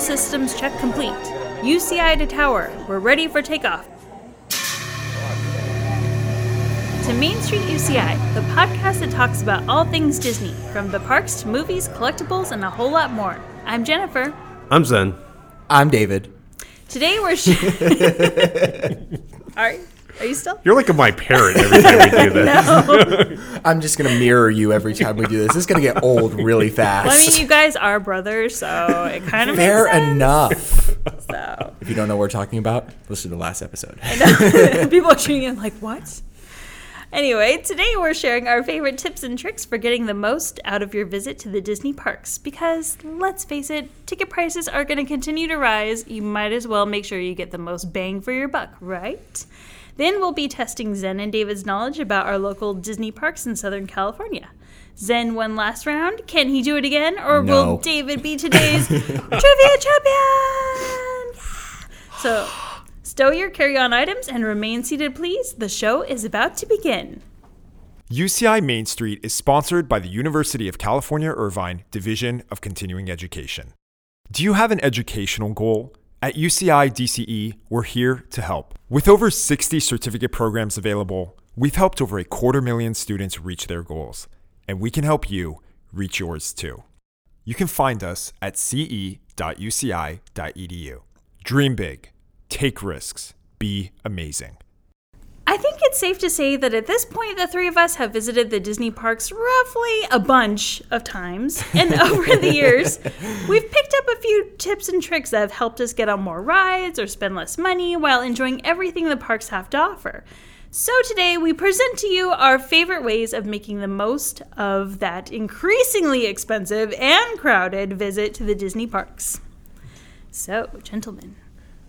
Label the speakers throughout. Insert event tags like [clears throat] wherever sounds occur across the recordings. Speaker 1: systems check complete. UCI to tower. We're ready for takeoff. To Main Street UCI, the podcast that talks about all things Disney, from the parks to movies, collectibles, and a whole lot more. I'm Jennifer.
Speaker 2: I'm Zen.
Speaker 3: I'm David.
Speaker 1: Today we're.
Speaker 3: [laughs]
Speaker 1: Sh- are, are you still?
Speaker 2: You're like my parent [laughs] every time we do this.
Speaker 3: I'm just gonna mirror you every time we do this. This is gonna get
Speaker 1: [laughs]
Speaker 3: old really
Speaker 1: Well, I
Speaker 3: fast. [laughs]
Speaker 1: mean, you guys are brothers, so it kind of
Speaker 3: Fair
Speaker 1: makes sense.
Speaker 3: enough.
Speaker 1: So.
Speaker 3: If you don't know what we're talking about, listen to the last episode.
Speaker 1: [laughs] People are tuning in like, what? Anyway, today we're sharing our favorite tips and tricks for getting the most out of your visit to the Disney parks. Because let's face it, ticket prices are going to continue to rise. You might as well make sure you get the most bang for your buck, right? Then we'll be testing Zen and David's knowledge about our local Disney parks in Southern California. Zen won last round. Can he do it again? Or will
Speaker 3: No.
Speaker 1: David be today's trivia champion? So stow your carry on items and remain seated, please. The show is about to begin.
Speaker 4: UCI Main Street is sponsored by the University of California Irvine Division of Continuing Education. Do you have an educational goal? At UCI DCE, E, we're here to help. With over 60 certificate programs available, we've helped over a quarter million students reach their goals, and we can help you reach yours too. You can find us at ce.uci.edu. E Dream big, take risks, be amazing.
Speaker 1: I think it's safe to say that at this point, the three of us have visited the Disney parks roughly a bunch of
Speaker 2: [laughs]
Speaker 1: times. And over the years, we've picked up a few tips and tricks that have helped us get on more rides or spend less money while enjoying everything the parks have to offer. So today, we present to you our favorite ways of making the most of that increasingly expensive and crowded visit to the Disney parks. So, gentlemen,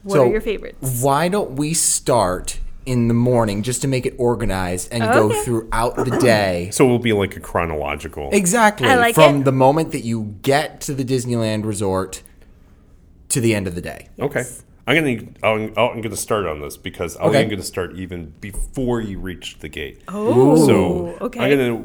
Speaker 1: what
Speaker 3: So,
Speaker 1: are your favorites?
Speaker 3: Why don't we start in the morning just to make it organized and
Speaker 1: Okay.
Speaker 3: go throughout the
Speaker 1: [clears throat]
Speaker 3: day?
Speaker 2: So we'll be like a chronological.
Speaker 3: Exactly.
Speaker 1: I like
Speaker 3: From
Speaker 1: it.
Speaker 3: the moment that you get to the Disneyland resort to the end of the day.
Speaker 2: Okay. I'm gonna I'm, oh, I'm gonna start on this because I'm
Speaker 3: Okay.
Speaker 2: gonna start even before you reach the gate.
Speaker 1: Oh,
Speaker 2: so
Speaker 1: okay.
Speaker 2: I'm gonna.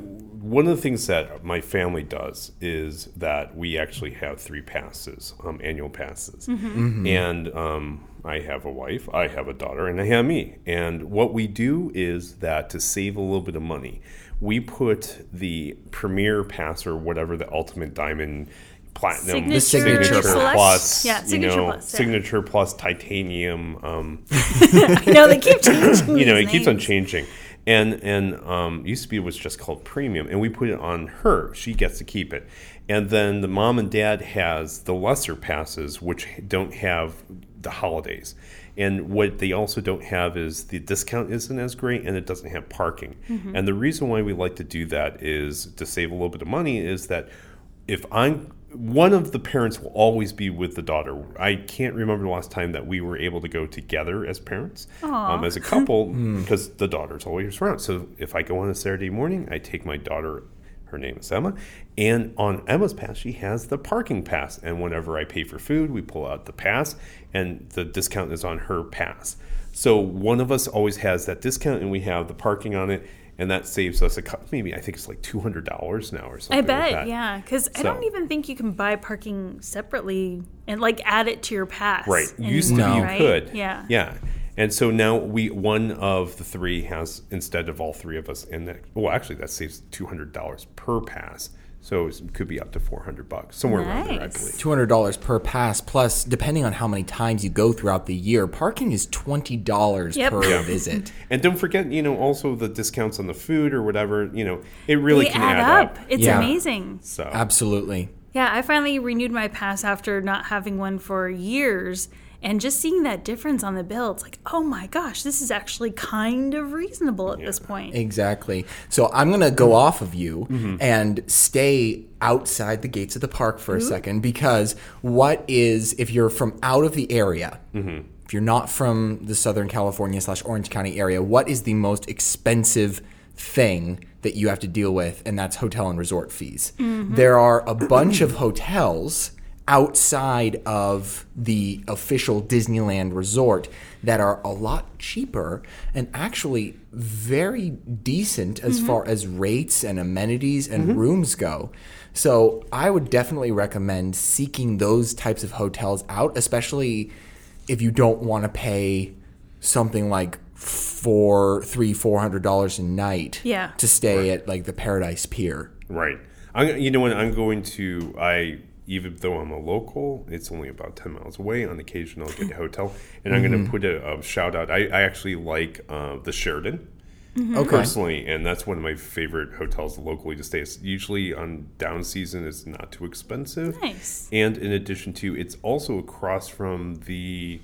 Speaker 2: One of the things that my family does is that we actually have three passes, um, annual passes,
Speaker 1: Mm-hmm.
Speaker 2: and um, I have a wife, I have a daughter, and I have me. And what we do is that to save a little bit of money, we put the premier pass or whatever the ultimate diamond.
Speaker 1: Signature
Speaker 2: Platinum, signature
Speaker 1: Select?
Speaker 2: plus,
Speaker 1: Yeah,
Speaker 2: you
Speaker 1: Signature
Speaker 2: know,
Speaker 1: Plus, yeah.
Speaker 2: signature plus titanium, um,
Speaker 1: [laughs] no, they keep changing. [laughs]
Speaker 2: you know, it
Speaker 1: these
Speaker 2: keeps on
Speaker 1: names.
Speaker 2: changing. And and um, used to be it was just called premium, and we put it on her. She gets to keep it. And then the mom and dad has the lesser passes, which don't have the holidays. And what they also don't have is the discount isn't as great, and it doesn't have parking. And the reason why we like to do that is to save a little bit of money. Is that if I'm one of the parents will always be with the daughter. I can't remember the last time that we were able to go together as parents, um, as a couple, because the daughter's always around. So if I go on a Saturday morning, I take my daughter. Her name is Emma, and on Emma's pass, she has the parking pass. And whenever I pay for food, we pull out the pass, and the discount is on her pass. So one of us always has that discount, and we have the parking on it, and that saves us a couple. Maybe I think it's like two hundred dollars now, or something.
Speaker 1: I
Speaker 2: like
Speaker 1: bet,
Speaker 2: that.
Speaker 1: yeah, because I
Speaker 2: So-
Speaker 1: don't even think you can buy parking separately and like add it to your pass.
Speaker 2: Right.
Speaker 1: anymore,
Speaker 2: Used to be you
Speaker 1: Mm-hmm. right?
Speaker 2: could.
Speaker 1: Yeah.
Speaker 2: Yeah. And so now we one of the three has instead of all three of us in that. Well, actually, that saves two hundred dollars per pass, so it could be up to four hundred bucks somewhere around there, I
Speaker 1: Nice.
Speaker 2: believe.
Speaker 3: Two hundred dollars per pass, plus depending on how many times you go throughout the year, parking is twenty dollars
Speaker 1: Yep.
Speaker 3: per
Speaker 1: Yeah.
Speaker 3: visit.
Speaker 2: And don't forget, you know, also the discounts on the food or whatever. You know, it really
Speaker 1: They
Speaker 2: can
Speaker 1: add, up. It's
Speaker 3: Yeah.
Speaker 1: amazing.
Speaker 2: So
Speaker 3: Absolutely.
Speaker 1: Yeah, I finally renewed my pass after not having one for years. And just seeing that difference on the bill, it's like, oh my gosh, this is actually kind of reasonable at this point.
Speaker 3: Exactly. So I'm going to go off of you and stay outside the gates of the park for a second because what is, if you're from out of the area, if you're not from the Southern California slash Orange County area, what is the most expensive thing that you have to deal with? And that's hotel and resort fees. There are a bunch of hotels outside of the official Disneyland resort that are a lot cheaper and actually very decent as far as rates and amenities and rooms go. So I would definitely recommend seeking those types of hotels out, especially if you don't want to pay something like four, three, four hundred dollars a night
Speaker 1: Yeah.
Speaker 3: to stay at like the Paradise Pier.
Speaker 2: Right. I'm, you know what? I'm going to. I even though I'm a local, it's only about ten miles away. On occasion, I'll get a hotel, and I'm
Speaker 1: Mm-hmm.
Speaker 2: going to put a, a shout out. I, I actually like uh, the Sheridan
Speaker 1: Mm-hmm.
Speaker 3: Okay.
Speaker 2: personally, and that's one of my favorite hotels locally to stay. It's usually on down season, it's not too expensive.
Speaker 1: Nice.
Speaker 2: And in addition to, it's also across from the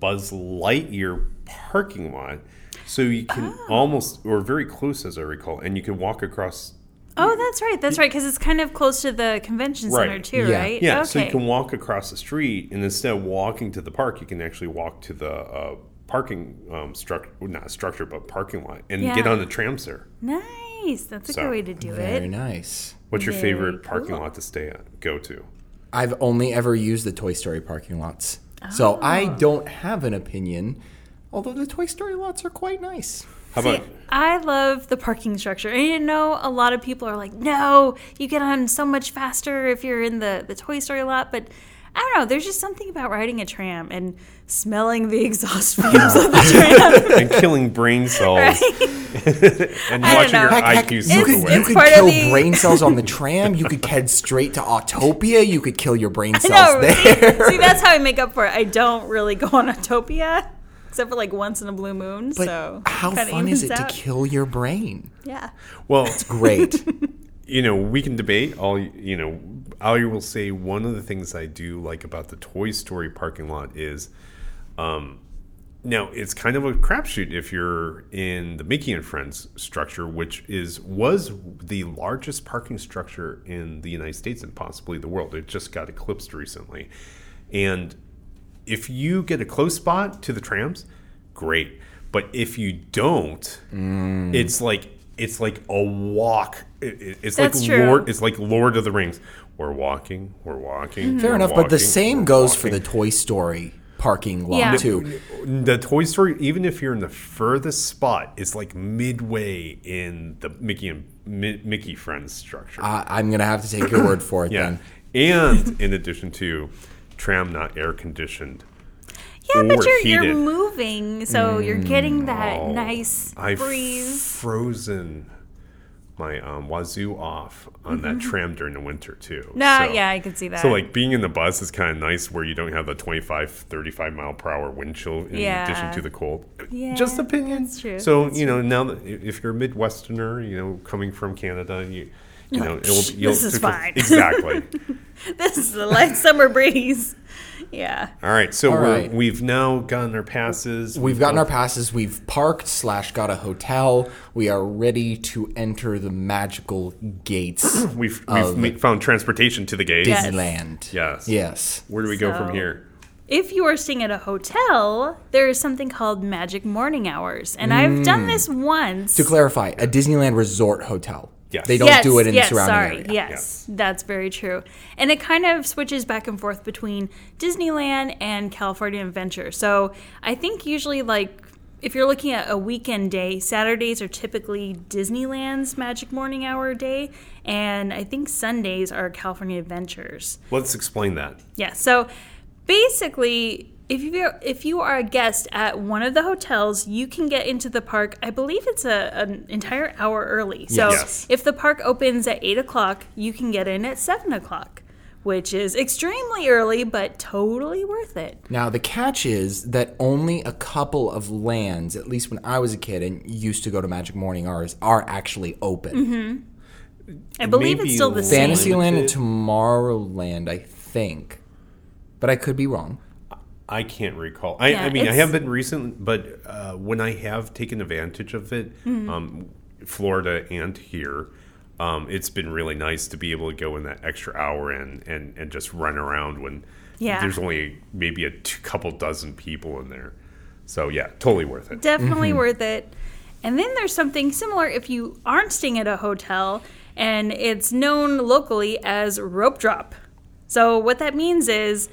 Speaker 2: Buzz Lightyear parking lot. So you can
Speaker 1: Oh.
Speaker 2: almost, or very close as I recall, and you can walk across
Speaker 1: Oh, that's right. That's right. Because it's kind of close to the convention center,
Speaker 2: Right.
Speaker 1: too,
Speaker 3: Yeah.
Speaker 1: right?
Speaker 2: Yeah,
Speaker 1: Okay.
Speaker 2: so you can walk across the street, and instead of walking to the park, you can actually walk to the uh, parking um, structure, not structure, but parking lot, and get
Speaker 1: Yeah.
Speaker 2: on the trams there.
Speaker 1: nice. That's a
Speaker 2: So-
Speaker 1: good way to do
Speaker 3: Very
Speaker 1: it.
Speaker 3: nice.
Speaker 2: What's your
Speaker 1: Very
Speaker 2: favorite parking
Speaker 1: cool.
Speaker 2: lot to stay at? Go to?
Speaker 3: I've only ever used the Toy Story parking lots. So
Speaker 1: Ah.
Speaker 3: I don't have an opinion, although the Toy Story lots are quite nice.
Speaker 2: How
Speaker 1: See,
Speaker 2: about?
Speaker 1: I love the parking structure. And you know, a lot of people are like, no, you get on so much faster if you're in the, the Toy Story lot. But I don't know. There's just something about riding a tram and smelling the [laughs] exhaust fumes of
Speaker 3: [laughs]
Speaker 1: the tram. [laughs]
Speaker 2: [laughs] and killing brain cells [laughs] and
Speaker 1: I don't
Speaker 2: watching
Speaker 1: know.
Speaker 2: your
Speaker 1: Heck,
Speaker 2: IQ
Speaker 3: you
Speaker 2: slip
Speaker 3: could,
Speaker 2: away.
Speaker 3: you could
Speaker 1: part of
Speaker 3: kill
Speaker 1: the-
Speaker 3: brain
Speaker 1: [laughs]
Speaker 3: cells on the tram. You could head straight to Autopia. You could kill your brain cells
Speaker 1: No, [laughs]
Speaker 3: there.
Speaker 1: see, see, that's how I make up for it. I don't really go on Utopia, except for like once in a blue moon.
Speaker 3: But
Speaker 1: so
Speaker 3: how
Speaker 1: kinda
Speaker 3: fun is
Speaker 1: evens
Speaker 3: it to
Speaker 1: out.
Speaker 3: kill your brain?
Speaker 1: Yeah.
Speaker 2: Well,
Speaker 1: [laughs]
Speaker 3: Great.
Speaker 2: you know, we can debate all, you know, I will say one of the things I do like about the Toy Story parking lot is um now it's kind of a crapshoot if you're in the Mickey and Friends structure, which is was the largest parking structure in the United States and possibly the world. It just got eclipsed recently. And if you get a close spot to the trams, great. But if you don't,
Speaker 3: Mm.
Speaker 2: it's like it's like a walk. It- it- it's
Speaker 1: That's
Speaker 2: like
Speaker 1: true.
Speaker 2: Lord. It's like Lord of the Rings. We're walking. We're walking.
Speaker 3: Fair
Speaker 2: we're
Speaker 3: enough, but the
Speaker 2: walking,
Speaker 3: same
Speaker 2: we're
Speaker 3: goes for the
Speaker 2: walking.
Speaker 3: Toy Story parking lot
Speaker 1: Yeah.
Speaker 3: too.
Speaker 2: the Toy Story. Even if you're in the furthest spot, it's like midway in the Mickey and Mi- Mickey friends structure.
Speaker 3: I, I'm gonna have to take your word for it
Speaker 2: yeah,
Speaker 3: then.
Speaker 2: and in addition to tram not air conditioned.
Speaker 1: Yeah,
Speaker 2: Or
Speaker 1: but you're, you're
Speaker 2: heated.
Speaker 1: moving, so you're getting that
Speaker 3: Mm,
Speaker 1: nice
Speaker 2: I've
Speaker 1: breeze.
Speaker 2: frozen my um, wazoo off on that tram during the winter too.
Speaker 1: Mm-hmm. Nah,
Speaker 2: So-
Speaker 1: yeah, I can see that.
Speaker 2: So like being in the bus is kind of nice where you don't have the 25, 35 mile per hour wind chill in addition
Speaker 1: Yeah.
Speaker 2: to the cold.
Speaker 1: Yeah,
Speaker 2: Just opinions.
Speaker 1: that's true,
Speaker 2: So you know now that i- if you're a Midwesterner, you know coming from Canada, you you know it will.
Speaker 1: "Psh,
Speaker 2: You'll,
Speaker 1: this is fine." [laughs]
Speaker 2: Exactly.
Speaker 1: this is the
Speaker 3: [laughs]
Speaker 1: light summer breeze. Yeah.
Speaker 2: All right. So
Speaker 3: All
Speaker 2: we're,
Speaker 3: right.
Speaker 2: we've now gotten our passes.
Speaker 3: We've gotten our passes. We've parked slash got a hotel. We are ready to enter the magical gates
Speaker 2: we've we've ma- found transportation to the gate.
Speaker 1: Yes.
Speaker 3: Disneyland.
Speaker 2: Yes.
Speaker 3: Yes.
Speaker 2: Where do we go from
Speaker 1: So-
Speaker 2: here?
Speaker 1: If you are staying at a hotel, there is something called magic morning hours. And I've done this once.
Speaker 3: Mm. To clarify, a Disneyland resort hotel.
Speaker 2: Yes.
Speaker 3: They don't
Speaker 1: yes,
Speaker 3: do it in
Speaker 1: yes,
Speaker 3: the surrounding
Speaker 1: sorry.
Speaker 3: area.
Speaker 1: Yes,
Speaker 2: Yes.
Speaker 1: that's very true. And it kind of switches back and forth between Disneyland and California Adventure. So I think usually, like, if you're looking at a weekend day, Saturdays are typically Disneyland's Magic Morning Hour day, and I think Sundays are California Adventures.
Speaker 2: Let's explain that.
Speaker 1: Yeah. So basically, if you if you are a guest at one of the hotels, you can get into the park. I believe it's a, an entire hour early. So
Speaker 2: Yes.
Speaker 1: if the park opens at eight o'clock, you can get in at seven o'clock, which is extremely early, but totally worth it.
Speaker 3: Now, the catch is that only a couple of lands, at least when I was a kid and used to go to Magic Morning hours, are actually open.
Speaker 1: I believe
Speaker 2: Maybe
Speaker 1: it's still the same.
Speaker 3: Fantasyland and Tomorrowland, I think. But I could be wrong.
Speaker 2: I can't recall. I, I
Speaker 1: Yeah,
Speaker 2: mean, I
Speaker 1: it's-
Speaker 2: have been recent, but uh, when I have taken advantage of it,
Speaker 1: Mm-hmm.
Speaker 2: um, Florida and here, um, it's been really nice to be able to go in that extra hour and and, and just run around when
Speaker 1: Yeah.
Speaker 2: there's only maybe a two, couple dozen people in there. So yeah, totally worth it.
Speaker 1: Definitely worth it. And then there's something similar if you aren't staying at a hotel and it's known locally as rope drop. So, what that means is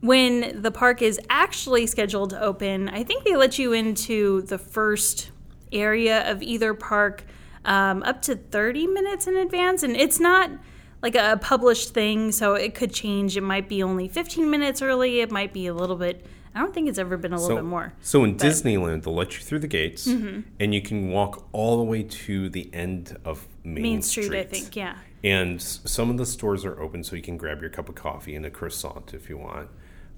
Speaker 1: when the park is actually scheduled to open, I think they let you into the first area of either park um, up to 30 minutes in advance. And it's not like a published thing, so it could change. It might be only 15 minutes early, it might be a little bit. I don't think it's ever been a little bit more. Mm-hmm.
Speaker 2: So in Disneyland, they'll let you through the gates, and you can walk all the way to the end of Main,
Speaker 1: Main Street, I think, yeah.
Speaker 2: And s- some of the stores are open, so you can grab your cup of coffee and a croissant if you want,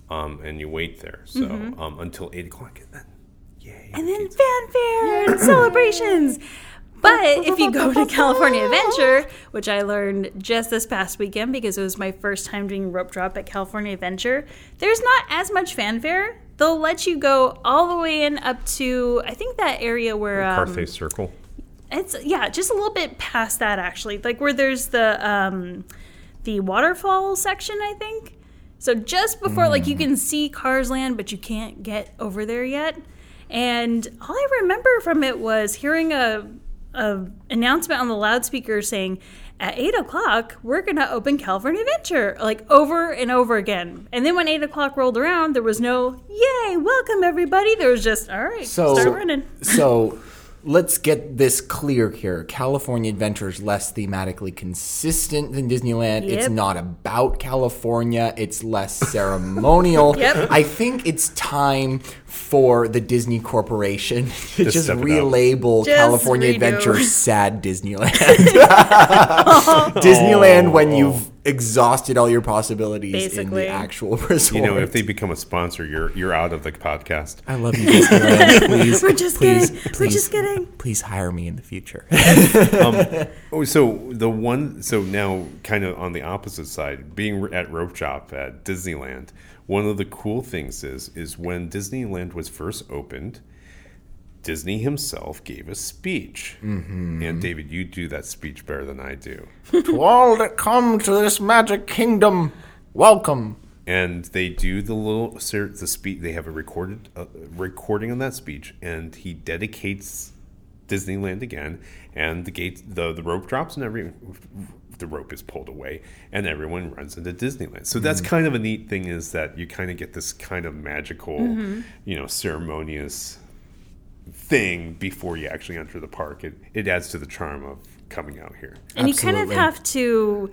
Speaker 2: um, and you wait there. So um, until eight o'clock, and then yay.
Speaker 1: Mm-hmm. and then fanfare and celebrations. But if you go [laughs] to California Adventure, which I learned just this past weekend because it was my first time doing rope drop at California Adventure, there's not as much fanfare. They'll let you go all the way in up to I think that area where um,
Speaker 2: Carthay Circle.
Speaker 1: it's yeah, just a little bit past that actually, like where there's the um, the waterfall section, I think. So just before, like
Speaker 3: Mm.
Speaker 1: you can see Cars Land, but you can't get over there yet. And all I remember from it was hearing a, a announcement on the loudspeaker saying, "At eight o'clock, we're gonna open California Adventure," like over and over again. And then when eight o'clock rolled around, there was no "Yay, welcome everybody." There was just all right,
Speaker 3: So,
Speaker 1: start
Speaker 3: [laughs]
Speaker 1: running.
Speaker 3: so let's get this clear here. California Adventure is less thematically consistent than Disneyland. It's
Speaker 1: Yep.
Speaker 3: not about California, it's less ceremonial.
Speaker 1: [laughs] Yep.
Speaker 3: I think it's time for the Disney Corporation [laughs] to just,
Speaker 2: step it up.
Speaker 3: relabel
Speaker 1: Just
Speaker 3: California
Speaker 1: redo. [laughs]
Speaker 3: Adventure sad Disneyland. [laughs] Disneyland
Speaker 2: Oh.
Speaker 3: when you've exhausted all your possibilities in
Speaker 1: Basically.
Speaker 3: the actual [laughs] resort.
Speaker 2: You know, if they become a sponsor, you're you're out of the podcast.
Speaker 3: I love you,
Speaker 1: [laughs]
Speaker 3: Disneyland. Please,
Speaker 1: We're just
Speaker 3: please,
Speaker 1: kidding. [laughs]
Speaker 3: Please,
Speaker 1: We're just kidding.
Speaker 3: Please hire me in the future.
Speaker 2: Oh, so the one, so now kind of on the opposite side, being at Rope Drop at Disneyland, one of the cool things is is when Disneyland was first opened, Disney himself gave a speech, and David, you do that speech better than I do,
Speaker 3: [laughs] to all that come to this magic kingdom, welcome.
Speaker 2: and they do the little ser- the speech. They have a recorded uh, recording on that speech, and he dedicates. Disneyland again, and the gates, the, the rope drops, and every the rope is pulled away, and everyone runs into Disneyland. So that's kind of a neat thing is that you kind of get this kind of magical, you know, ceremonious thing before you actually enter the park. It it adds to the charm of coming out here.
Speaker 1: and you kind of
Speaker 3: Absolutely.
Speaker 1: have to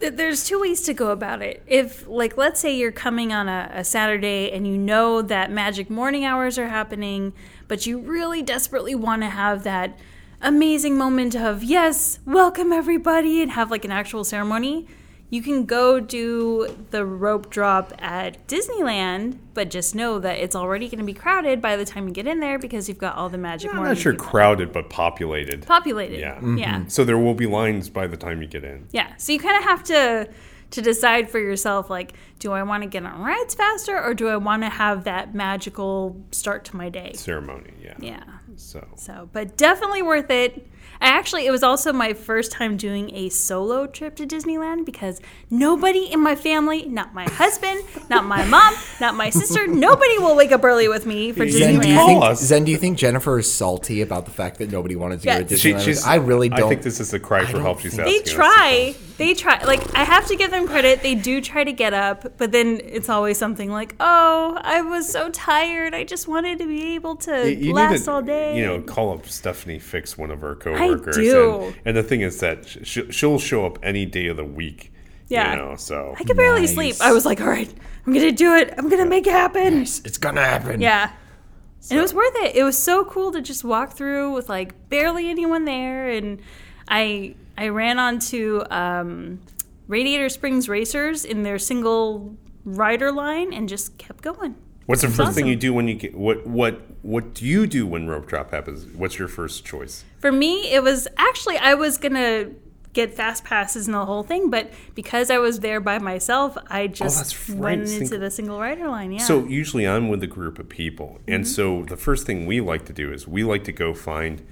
Speaker 1: th- there's two ways to go about it if like let's say you're coming on a, a saturday and you know that magic morning hours are happening but you really desperately want to have that amazing moment of yes welcome everybody and have like an actual ceremony you can go do the rope drop at Disneyland, but just know that it's already going to be crowded by the time you get in there because you've got all the magic.
Speaker 2: I'm
Speaker 1: morning
Speaker 2: not sure
Speaker 1: people.
Speaker 2: crowded, but populated.
Speaker 1: Populated.
Speaker 2: Yeah.
Speaker 3: Mm-hmm.
Speaker 2: Mm-hmm.
Speaker 1: Yeah.
Speaker 2: So there will be lines by the time you get in.
Speaker 1: Yeah. So you kind of have to to decide for yourself like do I want to get on rides faster or do I want to have that magical start to my day?
Speaker 2: Ceremony, yeah.
Speaker 1: Yeah.
Speaker 2: So
Speaker 1: So, but definitely worth it. I actually it was also my first time doing a solo trip to Disneyland because nobody in my family, not my husband, not my mom, not my
Speaker 3: [laughs]
Speaker 1: sister, nobody will wake up early with me for
Speaker 3: Zen, do you
Speaker 1: Disneyland.
Speaker 2: Call
Speaker 3: think
Speaker 2: us.
Speaker 3: Zen, do you think Jennifer is salty about the fact that nobody wanted to go to
Speaker 1: Yes.
Speaker 2: She-
Speaker 3: Disneyland? I really don't.
Speaker 2: I think this is a cry for help. She's asking.
Speaker 1: They
Speaker 2: us.
Speaker 1: try. They try. Like I have to give them credit. They do try to get up, but then it's always something like, "Oh, I was so tired. I just wanted to be able to
Speaker 2: You- you need
Speaker 1: last
Speaker 2: to,
Speaker 1: all day."
Speaker 2: You know, call up Stephanie Fix, one of our coworkers.
Speaker 1: do.
Speaker 2: And, and the thing is that sh- she'll, she'll show up any day of the week.
Speaker 1: Yeah.
Speaker 2: You know, so
Speaker 1: I could barely sleep. I was like, "All right, I'm gonna do it. I'm gonna make it happen."
Speaker 3: it's gonna happen.
Speaker 1: Yeah. And it was worth it. It was so cool to just walk through with like barely anyone there, and I I ran onto um, Radiator Springs Racers in their single rider line and just kept going.
Speaker 2: what's the first
Speaker 1: awesome.
Speaker 2: thing you do when you get what what what do you do when rope drop happens? What's your first choice?
Speaker 1: For me, it was actually I was gonna get fast passes and the whole thing, but because I was there by myself, I just
Speaker 2: Oh, that's right,
Speaker 1: went into
Speaker 2: single-
Speaker 1: the single rider line. Yeah.
Speaker 2: So usually I'm with a group of people, and so the first thing we like to do is we like to go find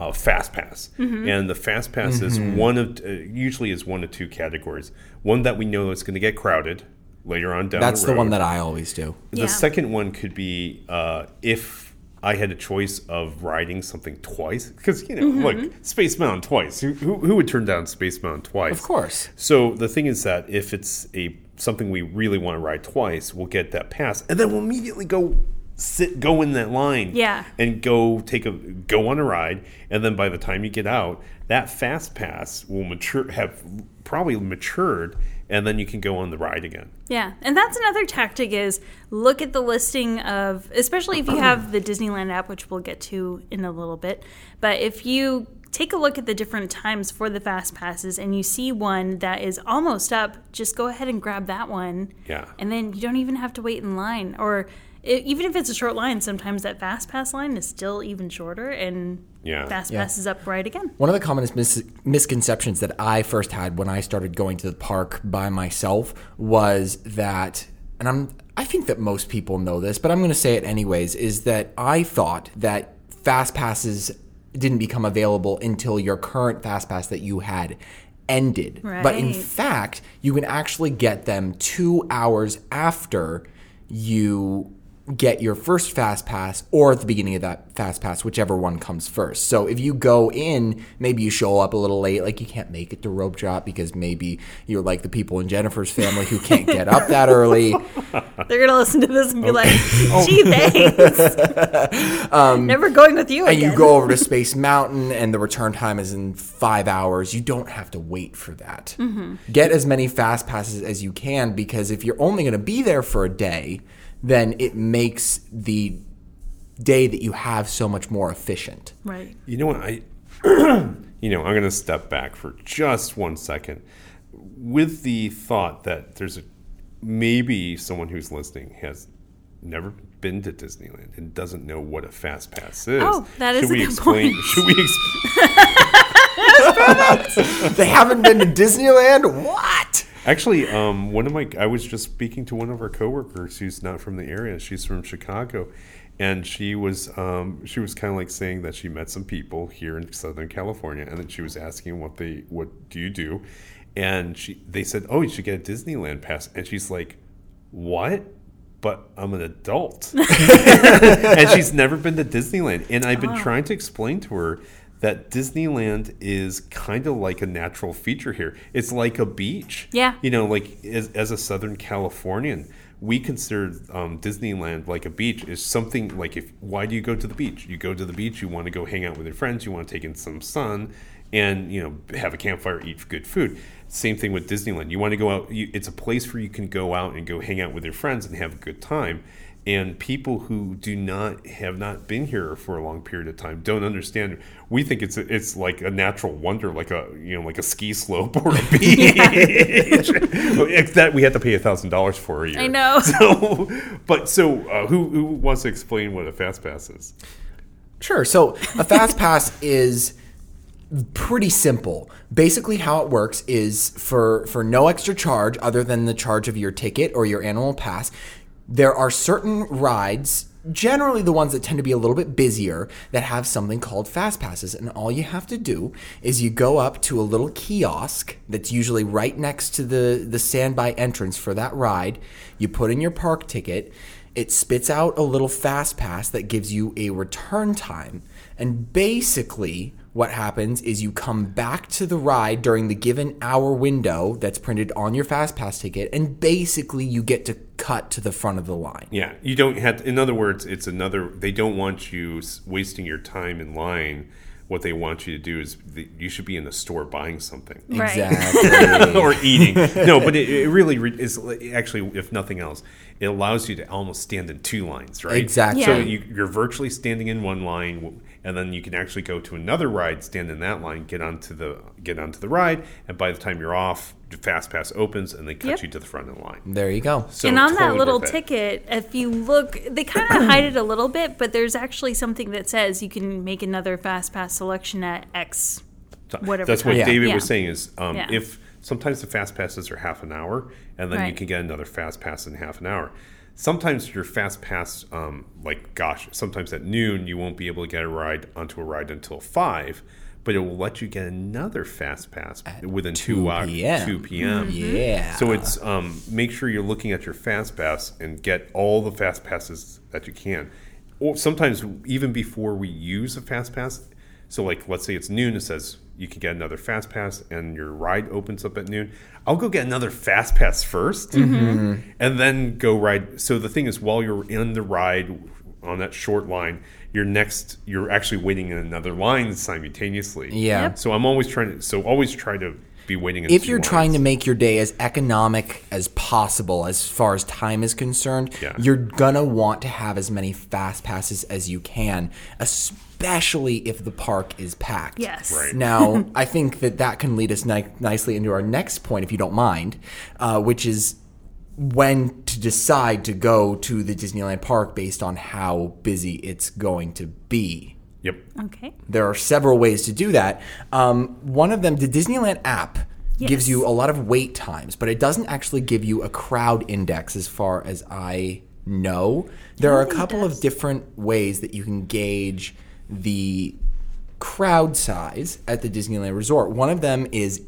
Speaker 2: a fast pass, and the fast pass is
Speaker 3: Mm-hmm.
Speaker 2: one of uh, usually is one of two categories. One that we know is going to get crowded later on down.
Speaker 3: That's the one
Speaker 2: road.
Speaker 3: that I always do.
Speaker 2: The
Speaker 1: Yeah.
Speaker 2: second one could be uh, if I had a choice of riding something twice because you know,
Speaker 3: Mm-hmm.
Speaker 2: look, Space Mountain twice. Who, who, who would turn down Space Mountain twice?
Speaker 3: Of course.
Speaker 2: So the thing is that if it's a something we really want to ride twice, we'll get that pass, and then we'll immediately go sit, go in that line,
Speaker 1: Yeah.
Speaker 2: and go take a go on a ride, and then by the time you get out, that fast pass will mature, have probably matured, and then you can go on the ride again.
Speaker 1: Yeah, and that's another tactic is look at the listing of, especially if
Speaker 2: [clears throat]
Speaker 1: you have the Disneyland app, which we'll get to in a little bit. But if you take a look at the different times for the fast passes and you see one that is almost up, just go ahead and grab that one.
Speaker 2: Yeah.
Speaker 1: And then you don't even have to wait in line, or i even if it's a short line, sometimes that fast pass line is still even shorter, and
Speaker 2: Yeah.
Speaker 1: fast
Speaker 3: Yeah.
Speaker 1: pass is up right again.
Speaker 3: One of the commonest mis- misconceptions that I first had when I started going to the park by myself was that, and I'm, I think that most people know this, but I'm going to say it anyways, is that I thought that fast passes didn't become available until your current fast pass that you had ended. But in
Speaker 1: Right.
Speaker 3: fact, you can actually get them two hours after you get your first fast pass or at the beginning of that fast pass, whichever one comes first. So if you go in, maybe you show up a little late, like you can't make it to rope drop because maybe you're like the people in Jennifer's family who can't get up that early.
Speaker 1: They're gonna listen to this and be like,
Speaker 2: [laughs] Oh.
Speaker 1: "Gee, thanks."
Speaker 3: [laughs]
Speaker 1: Never going with you
Speaker 3: Um, And
Speaker 1: again.
Speaker 3: you go over to Space Mountain, and the return time is in five hours. You don't have to wait for that. Get as many fast passes as you can because if you're only going to be there for a day, then it makes the day that you have so much more efficient.
Speaker 1: right.
Speaker 2: You know what? I, [clears throat] you know, I'm going to step back for just one second with the thought that there's a maybe someone who's listening has never been to Disneyland and doesn't know what a fast pass is.
Speaker 1: Oh, that is
Speaker 2: should
Speaker 1: a
Speaker 2: we
Speaker 1: good
Speaker 2: explain?
Speaker 1: point.
Speaker 2: Should we explain?
Speaker 3: They haven't been to Disneyland? What?
Speaker 2: Actually, um, one of my I was just speaking to one of our coworkers who's not from the area. She's from Chicago, and she was um, she was kind of like saying that she met some people here in Southern California, and then she was asking what they what do you do, and she they said, oh, you should get a Disneyland pass, and she's like, what? But I'm an adult, and she's never been to Disneyland, and I've been trying to explain to her. That Disneyland is kind of like a natural feature here. It's like a beach.
Speaker 1: Yeah.
Speaker 2: You know, like as, as a Southern Californian, we consider um, Disneyland like a beach is something like if why do you go to the beach? You go to the beach, you want to go hang out with your friends, you want to take in some sun, and you know have a campfire, eat good food. Same thing with Disneyland. You want to go out. You, it's a place where you can go out and go hang out with your friends and have a good time. And people who do not have not been here for a long period of time don't understand. We think it's a, it's like a natural wonder, like a you know like a ski slope
Speaker 1: [laughs]
Speaker 2: or a beach. It's that we had to pay a thousand dollars for a year.
Speaker 1: I know.
Speaker 2: So, [laughs] but so uh, who who wants to explain what a fast pass is?
Speaker 3: Sure. So a fast pass is pretty simple. Basically, how it works is for for no extra charge other than the charge of your ticket or your annual pass. There are certain rides, generally the ones that tend to be a little bit busier, that have something called fast passes, and all you have to do is you go up to a little kiosk that's usually right next to the the standby entrance for that ride. You put in your park ticket. It spits out a little fast pass that gives you a return time. And basically, what happens is you come back to the ride during the given hour window that's printed on your fast pass ticket, and basically, you get to cut to the front of the line.
Speaker 2: Yeah, you don't have. To, in other words, it's another. They don't want you s- wasting your time in line. What they want you to do is th- you should be in the store buying something.
Speaker 1: Right. [laughs]
Speaker 2: [laughs]
Speaker 3: Exactly.
Speaker 2: or eating. No, but it, it really re- is li- actually, if nothing else, it allows you to almost stand in two lines, right?
Speaker 3: Exactly.
Speaker 2: So
Speaker 1: Yeah.
Speaker 2: you, you're virtually standing in one line, w- and then you can actually go to another ride, stand in that line, get onto the get onto the ride, and by the time you're off, the fast pass opens, and they cut
Speaker 1: Yep.
Speaker 2: you to the front of the line.
Speaker 3: there you go.
Speaker 1: [laughs]
Speaker 2: So
Speaker 1: and on
Speaker 2: totally
Speaker 1: that little
Speaker 2: worth it.
Speaker 1: ticket, if you look, they kind of hide it a little bit, but there's actually something that says you can make another fast pass selection at X, whatever.
Speaker 2: That's what
Speaker 1: time.
Speaker 3: Yeah.
Speaker 2: David
Speaker 1: Yeah.
Speaker 2: was saying is um,
Speaker 1: Yeah.
Speaker 2: if sometimes the fast passes are half an hour, and then you
Speaker 1: Right.
Speaker 2: can get another fast pass in half an hour. Sometimes your fast pass, um, like gosh, sometimes at noon you won't be able to get a ride onto a ride until five, but it will let you get another fast pass within two hours,
Speaker 3: 2
Speaker 2: two p.m.
Speaker 1: Mm-hmm.
Speaker 3: Yeah.
Speaker 2: So it's um, make sure you're looking at your fast pass and get all the fast passes that you can. or sometimes even before we use a fast pass. So like let's say it's noon, it says you can get another fast pass and your ride opens up at noon. I'll go get another fast pass 1st
Speaker 3: Mm-hmm.
Speaker 2: and then go ride. So the thing is while you're in the ride on that short line, you're next you're actually waiting in another line simultaneously.
Speaker 3: Yeah.
Speaker 1: Yep.
Speaker 2: So I'm always trying to so always try to be waiting in
Speaker 3: if
Speaker 2: two
Speaker 3: you're
Speaker 2: lines.
Speaker 3: trying to make your day as economic as possible as far as time is concerned,
Speaker 2: Yeah.
Speaker 3: you're gonna want to have as many fast passes as you can, especially if the park is packed.
Speaker 1: Yes. Right.
Speaker 3: Now, I think that that can lead us ni- nicely into our next point, if you don't mind, uh, which is when to decide to go to the Disneyland park based on how busy it's going to be.
Speaker 2: Yep.
Speaker 1: Okay.
Speaker 3: There are several ways to do that. Um, one of them, the Disneyland app gives
Speaker 1: Yes.
Speaker 3: you a lot of wait times, but it doesn't actually give you a crowd index as far as I know. There are a couple of different ways that you can gauge the crowd size at the Disneyland Resort. One of them is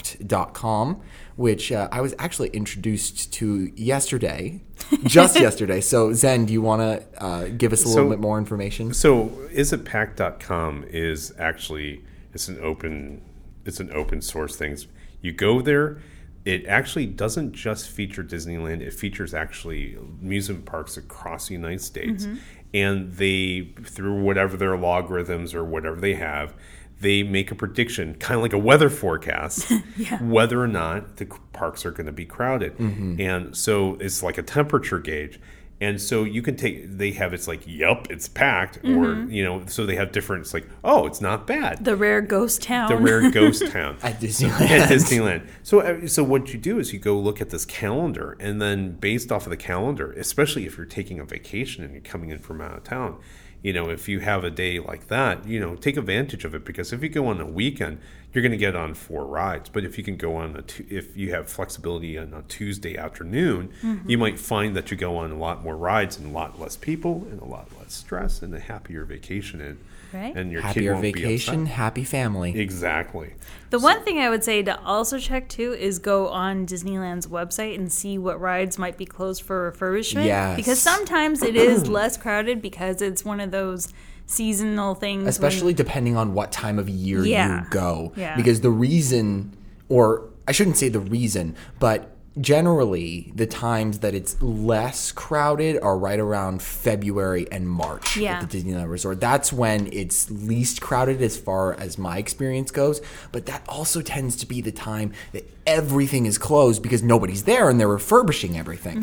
Speaker 3: isitpacked.com, which uh, I was actually introduced to yesterday, just yesterday. So, Zen, do you want to uh, give us a little
Speaker 2: So-
Speaker 3: bit more information?
Speaker 2: So isitpack.com is actually it's an open it's an open source thing. You go there, it actually doesn't just feature Disneyland, it features actually amusement parks across the United States. And they through whatever their logarithms or whatever they have, they make a prediction, kind of like a weather forecast, whether or not the c- parks are going to be crowded. And so it's like a temperature gauge. And so you can take, they have it's like, yup, it's packed. Or, you know, so they have different, it's like, oh, it's not bad. The,
Speaker 1: The rare ghost town.
Speaker 2: rare ghost town.
Speaker 3: At Disneyland.
Speaker 2: At [laughs] Disneyland. So, uh, so what you do is you go look at this calendar, and then based off of the calendar, especially if you're taking a vacation and you're coming in from out of town, you know, if you have a day like that, you know, take advantage of it because if you go on a weekend, you're going to get on four rides. But if you can go on a, tu- if you have flexibility on a Tuesday afternoon, you might find that you go on a lot more rides and a lot less people and a lot less stress and a happier vacation and
Speaker 1: Right.
Speaker 2: and your kid
Speaker 3: Happier
Speaker 2: won't be
Speaker 3: vacation,
Speaker 2: upset.
Speaker 3: happy family.
Speaker 2: Exactly.
Speaker 1: The one thing I would say to also check too is go on Disneyland's website and see what rides might be closed for refurbishment.
Speaker 3: Yes.
Speaker 1: Because sometimes it is less crowded because it's one of those seasonal things. when-
Speaker 3: Especially depending on what time of year
Speaker 1: Yeah.
Speaker 3: you go.
Speaker 1: Yeah.
Speaker 3: Because the reason, or I shouldn't say the reason, but generally the times that it's less crowded are right around February and March
Speaker 1: Yeah.
Speaker 3: at the Disneyland Resort. That's when it's least crowded as far as my experience goes. But that also tends to be the time that everything is closed because nobody's there and they're refurbishing everything.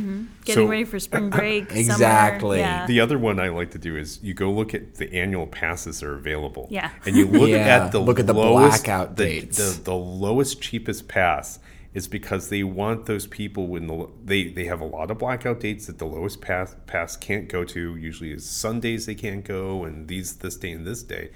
Speaker 1: getting
Speaker 2: So-
Speaker 1: ready for spring break. summer,
Speaker 3: Exactly.
Speaker 1: yeah.
Speaker 2: The other one I like to do is you go look at the annual passes that are available.
Speaker 1: Yeah.
Speaker 2: And you look
Speaker 3: Yeah,
Speaker 2: at the
Speaker 3: look at the
Speaker 2: lowest,
Speaker 3: blackout
Speaker 2: the,
Speaker 3: dates.
Speaker 2: The, the lowest cheapest pass is because they want those people when the they they have a lot of blackout dates that the lowest pass pass can't go to. Usually is Sundays they can't go and these this day and this day.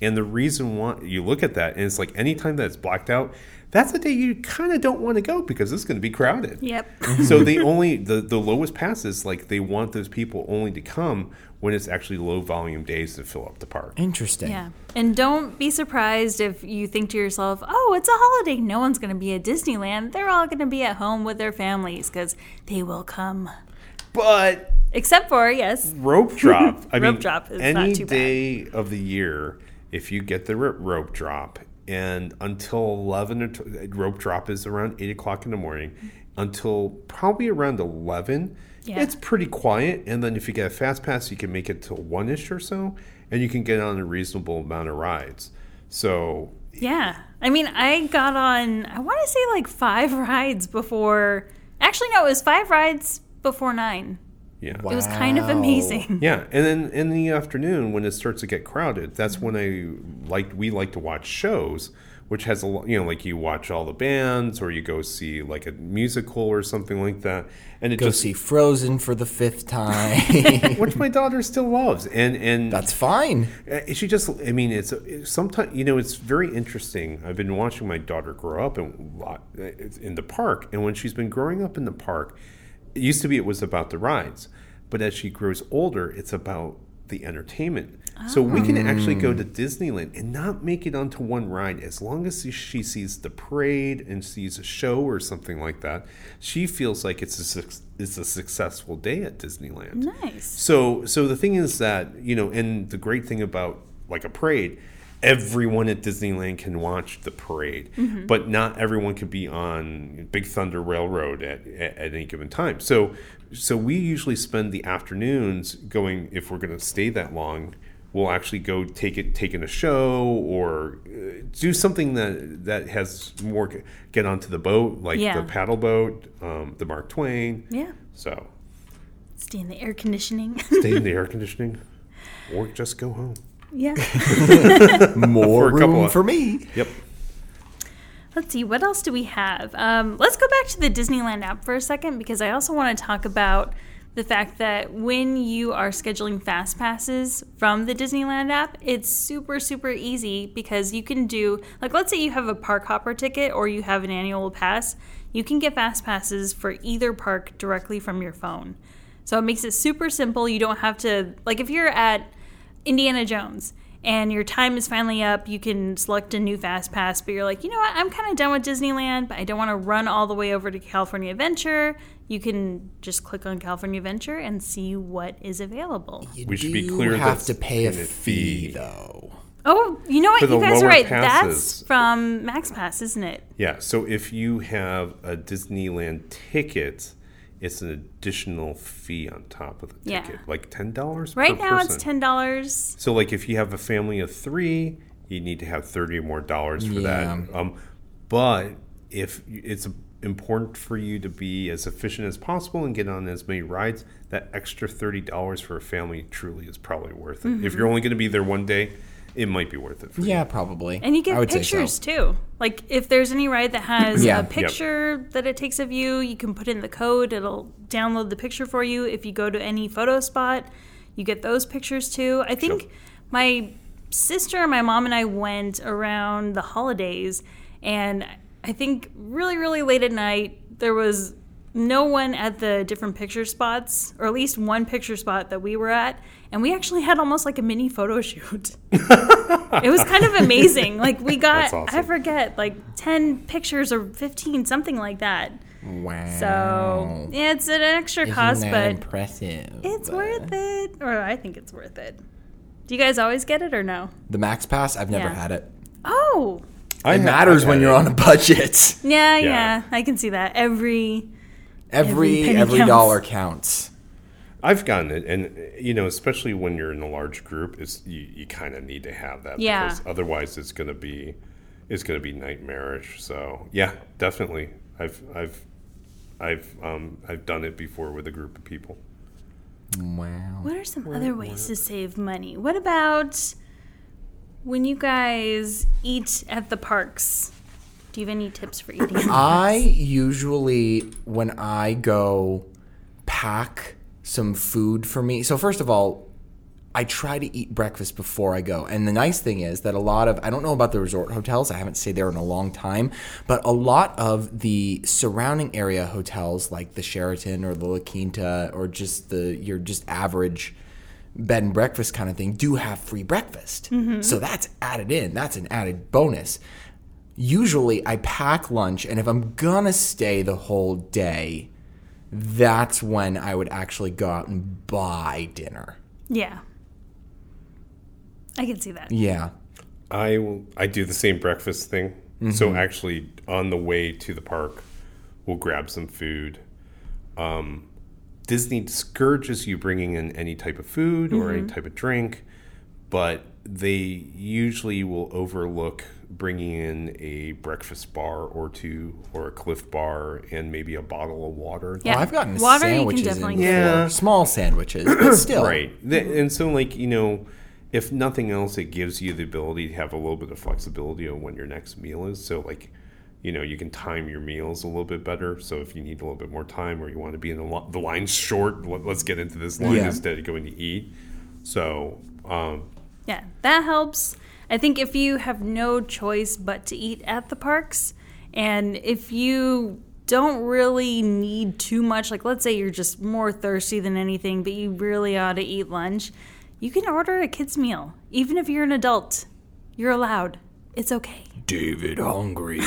Speaker 2: And the reason why you look at that and it's like anytime that it's blacked out, that's a day you kind of don't want to go because it's going to be crowded
Speaker 1: Yep. [laughs]
Speaker 2: so they only the, the lowest passes like they want those people only to come when it's actually low volume days to fill up the park
Speaker 3: Interesting.
Speaker 1: Yeah. And don't be surprised if you think to yourself, oh, it's a holiday. No one's going to be at Disneyland. They're all going to be at home with their families because they will come.
Speaker 2: but
Speaker 1: Except for, yes,
Speaker 2: rope drop
Speaker 1: [laughs]
Speaker 2: i
Speaker 1: Rope
Speaker 2: mean
Speaker 1: drop is not
Speaker 2: any
Speaker 1: too bad.
Speaker 2: day of the year if you get the ro- rope drop and until 11 or t- rope drop is around 8 o'clock in the morning until probably around 11
Speaker 1: Yeah.
Speaker 2: it's pretty quiet and then if you get a fast pass you can make it to one ish or so and you can get on a reasonable amount of rides so
Speaker 1: Yeah. I mean, I got on, I want to say like five [laughs] rides before. Actually, no, it was five rides before nine.
Speaker 2: yeah
Speaker 1: It was kind of amazing. [laughs]
Speaker 2: Yeah, and then in the afternoon when it starts to get crowded, that's when I like we like to watch shows, which has a lot, you know like you watch all the bands or you go see like a musical or something like that, and it
Speaker 3: Go
Speaker 2: just
Speaker 3: see Frozen for the fifth time.
Speaker 2: which my daughter still loves, and and
Speaker 3: [laughs] That's [laughs] fine.
Speaker 2: Uh, she just i mean it's sometimes you know it's very interesting i've been watching my daughter grow up in, lot- eh, in the park and when she's been growing up in the park it used to be it was about the rides but as she grows older it's about the entertainment. So we can actually go to Disneyland and not make it onto one ride. As long as she- she sees the parade and sees a show or something like that, she feels like it's a suc- it's a successful day at Disneyland.
Speaker 1: Nice.
Speaker 2: So so the thing is that you know, and the great thing about like a parade, everyone at Disneyland can watch the parade,
Speaker 1: Mm-hmm.
Speaker 2: but not everyone could be on Big Thunder Railroad at, at, at any given time. So so we usually spend the afternoons going if we're going to stay that long. We'll actually go take it, take in a show, or uh, do something that that has more g- get onto the boat, like
Speaker 1: Yeah.
Speaker 2: the paddle boat, um, the Mark Twain.
Speaker 1: Yeah.
Speaker 2: So
Speaker 1: Stay in the air conditioning. [laughs]
Speaker 2: stay in the air conditioning or just go home.
Speaker 1: yeah.
Speaker 3: More
Speaker 2: For a couple
Speaker 3: room
Speaker 2: of-
Speaker 3: for me.
Speaker 2: Yep.
Speaker 1: Let's see, what else do we have? Um, let's go back to the Disneyland app for a second because I also want to talk about the fact that when you are scheduling fast passes from the Disneyland app, it's super, super easy because you can do, like, let's say you have a park hopper ticket or you have an annual pass, you can get fast passes for either park directly from your phone. So it makes it super simple. You don't have to, like, if you're at Indiana Jones and your time is finally up, you can select a new fast pass, but you're like, you know what, I'm kind of done with Disneyland, but I don't want to run all the way over to California Adventure. You can just click on California Adventure and see what is available.
Speaker 3: You
Speaker 2: We should be
Speaker 3: do
Speaker 2: clear
Speaker 3: have
Speaker 2: that's
Speaker 3: to pay a
Speaker 2: in a
Speaker 3: fee,
Speaker 2: fee.
Speaker 3: though.
Speaker 1: Oh, you know what?
Speaker 2: For the
Speaker 1: You guys are
Speaker 2: lower
Speaker 1: right.
Speaker 2: passes.
Speaker 1: That's from Max Pass, isn't it?
Speaker 2: Yeah. So if you have a Disneyland ticket, it's an additional fee on top of the
Speaker 1: Yeah.
Speaker 2: ticket, like ten dollars.
Speaker 1: Right now it's ten dollars.
Speaker 2: So like if you have a family of three, you need to have thirty more dollars for that. Um, but if you- it's important for you to be as efficient as possible and get on as many rides, that extra thirty dollars for a family truly is probably worth it.
Speaker 1: Mm-hmm.
Speaker 2: If you're only going to be there one day, it might be worth it. For you.
Speaker 3: Yeah, probably.
Speaker 1: And you
Speaker 3: I
Speaker 1: get
Speaker 3: would say
Speaker 1: pictures
Speaker 3: so.
Speaker 1: too. Like if there's any ride that
Speaker 3: [clears throat]
Speaker 1: has a
Speaker 3: Yeah. Yep.
Speaker 1: picture that it takes of you, you can put in the code. It'll download the picture for you. If you go to any photo spot, you get those pictures too. I think my sister, my mom, and I went around the holidays, and I think really, really late at night there was no one at the different picture spots, or at least one picture spot that we were at, and we actually had almost like a mini photo [laughs] shoot. It was kind of amazing. Like we got,
Speaker 2: That's awesome.
Speaker 1: I forget, like ten pictures or fifteen, something like that.
Speaker 3: Wow.
Speaker 1: So yeah, it's an extra cost,
Speaker 3: Isn't
Speaker 1: but
Speaker 3: that impressive.
Speaker 1: it's worth it. Or I think it's worth it. Do you guys always get it or no?
Speaker 3: The Max Pass, I've never
Speaker 1: Yeah.
Speaker 3: had it.
Speaker 1: Oh,
Speaker 2: I
Speaker 3: It
Speaker 2: ha-
Speaker 3: matters
Speaker 2: I've
Speaker 3: when
Speaker 2: had
Speaker 3: you're
Speaker 2: it.
Speaker 3: on a budget.
Speaker 1: yeah, yeah,
Speaker 2: Yeah.
Speaker 1: I can see that. Every Every
Speaker 3: [laughs] Every
Speaker 1: penny
Speaker 3: every
Speaker 1: counts.
Speaker 3: dollar counts.
Speaker 2: I've gotten it, and you know, especially when you're in a large group, is you, you kind of need to have that
Speaker 1: Yeah.
Speaker 2: because otherwise it's gonna be it's gonna be nightmarish. So yeah, definitely, I've I've I've um, I've done it before with a group of people.
Speaker 3: Wow.
Speaker 1: what are some other ways to save money? What about when you guys eat at the parks? Do you have any tips for eating?
Speaker 3: [coughs] I usually when I go pack some food for me. So first of all, I try to eat breakfast before I go. And the nice thing is that a lot of I don't know about the resort hotels. I haven't stayed there in a long time, but a lot of the surrounding area hotels like the Sheraton or the La Quinta or just the your just average bed and breakfast kind of thing do have free breakfast. So that's added in. That's an added bonus. Usually I pack lunch and if I'm gonna stay the whole day, that's when I would actually go out and buy dinner.
Speaker 1: yeah, I can see that.
Speaker 3: Yeah.
Speaker 2: I will, I do the same breakfast thing. So actually, on the way to the park, we'll grab some food. Um, Disney discourages you bringing in any type of food or any type of drink, but they usually will overlook bringing in a breakfast bar or two or a Cliff Bar and maybe a bottle of water.
Speaker 1: Yeah.
Speaker 3: Well, Oh, I've gotten
Speaker 1: Water you can
Speaker 3: sandwiches
Speaker 1: definitely
Speaker 3: in
Speaker 1: get.
Speaker 3: before.
Speaker 2: Yeah.
Speaker 3: small
Speaker 2: [coughs]
Speaker 3: sandwiches, but still.
Speaker 2: Right. Th- Oh, And so, like, you know, if nothing else, it gives you the ability to have a little bit of flexibility on when your next meal is. So, like, you know, you can time your meals a little bit better. So, if you need a little bit more time or you want to be in the, li- the line's short, let- let's get into this line
Speaker 3: Yeah.
Speaker 2: instead of going to eat. So, um,
Speaker 1: Yeah, that helps. I think if you have no choice but to eat at the parks, and if you don't really need too much, like let's say you're just more thirsty than anything, but you really ought to eat lunch, You can order a kid's meal. Even if you're an adult, you're allowed. It's okay. [laughs]
Speaker 3: David hungry.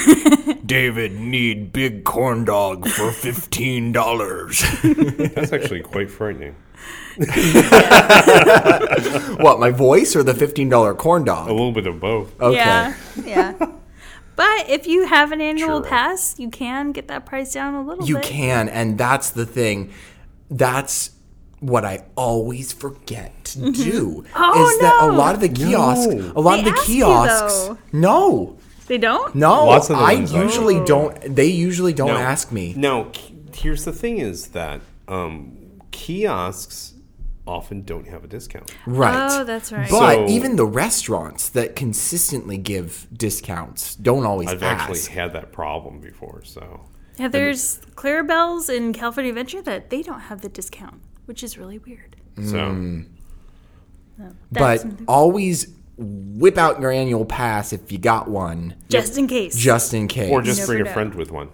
Speaker 3: David need big corn dog for fifteen dollars.
Speaker 2: That's
Speaker 3: [laughs]
Speaker 2: actually quite frightening.
Speaker 3: what, my voice or the fifteen dollar corn dog?
Speaker 2: A little bit of both.
Speaker 3: Okay. [laughs]
Speaker 1: Yeah, yeah. but if you have an annual
Speaker 2: Sure.
Speaker 1: pass, you can get that price down a little
Speaker 3: You
Speaker 1: bit.
Speaker 3: can, and that's the thing. That's what I always forget to do.
Speaker 1: Oh,
Speaker 3: is that a
Speaker 1: no.
Speaker 3: lot of the kiosks a lot
Speaker 1: They
Speaker 3: of the
Speaker 1: ask you,
Speaker 3: kiosks
Speaker 1: though.
Speaker 3: No.
Speaker 1: They don't?
Speaker 3: No.
Speaker 2: Lots of the
Speaker 3: I
Speaker 2: ones I-
Speaker 3: usually
Speaker 1: Mm-hmm.
Speaker 3: don't they usually don't
Speaker 2: No.
Speaker 3: ask me.
Speaker 2: No, k- here's the thing: is that um, kiosks often don't have a discount.
Speaker 3: Right.
Speaker 1: Oh, that's right.
Speaker 3: But
Speaker 2: So-
Speaker 3: even the restaurants that consistently give discounts don't always
Speaker 2: I've
Speaker 3: ask.
Speaker 2: actually had that problem before, so
Speaker 1: yeah, there's Clarabelle's in California Adventure that they don't have the discount, which is really weird.
Speaker 2: so
Speaker 3: Mm.
Speaker 1: No,
Speaker 3: but
Speaker 1: that's something-
Speaker 3: always whip out your annual pass if you got one,
Speaker 1: just in case.
Speaker 3: just in case.
Speaker 2: or just
Speaker 1: Never
Speaker 2: bring a
Speaker 1: know.
Speaker 2: friend with one.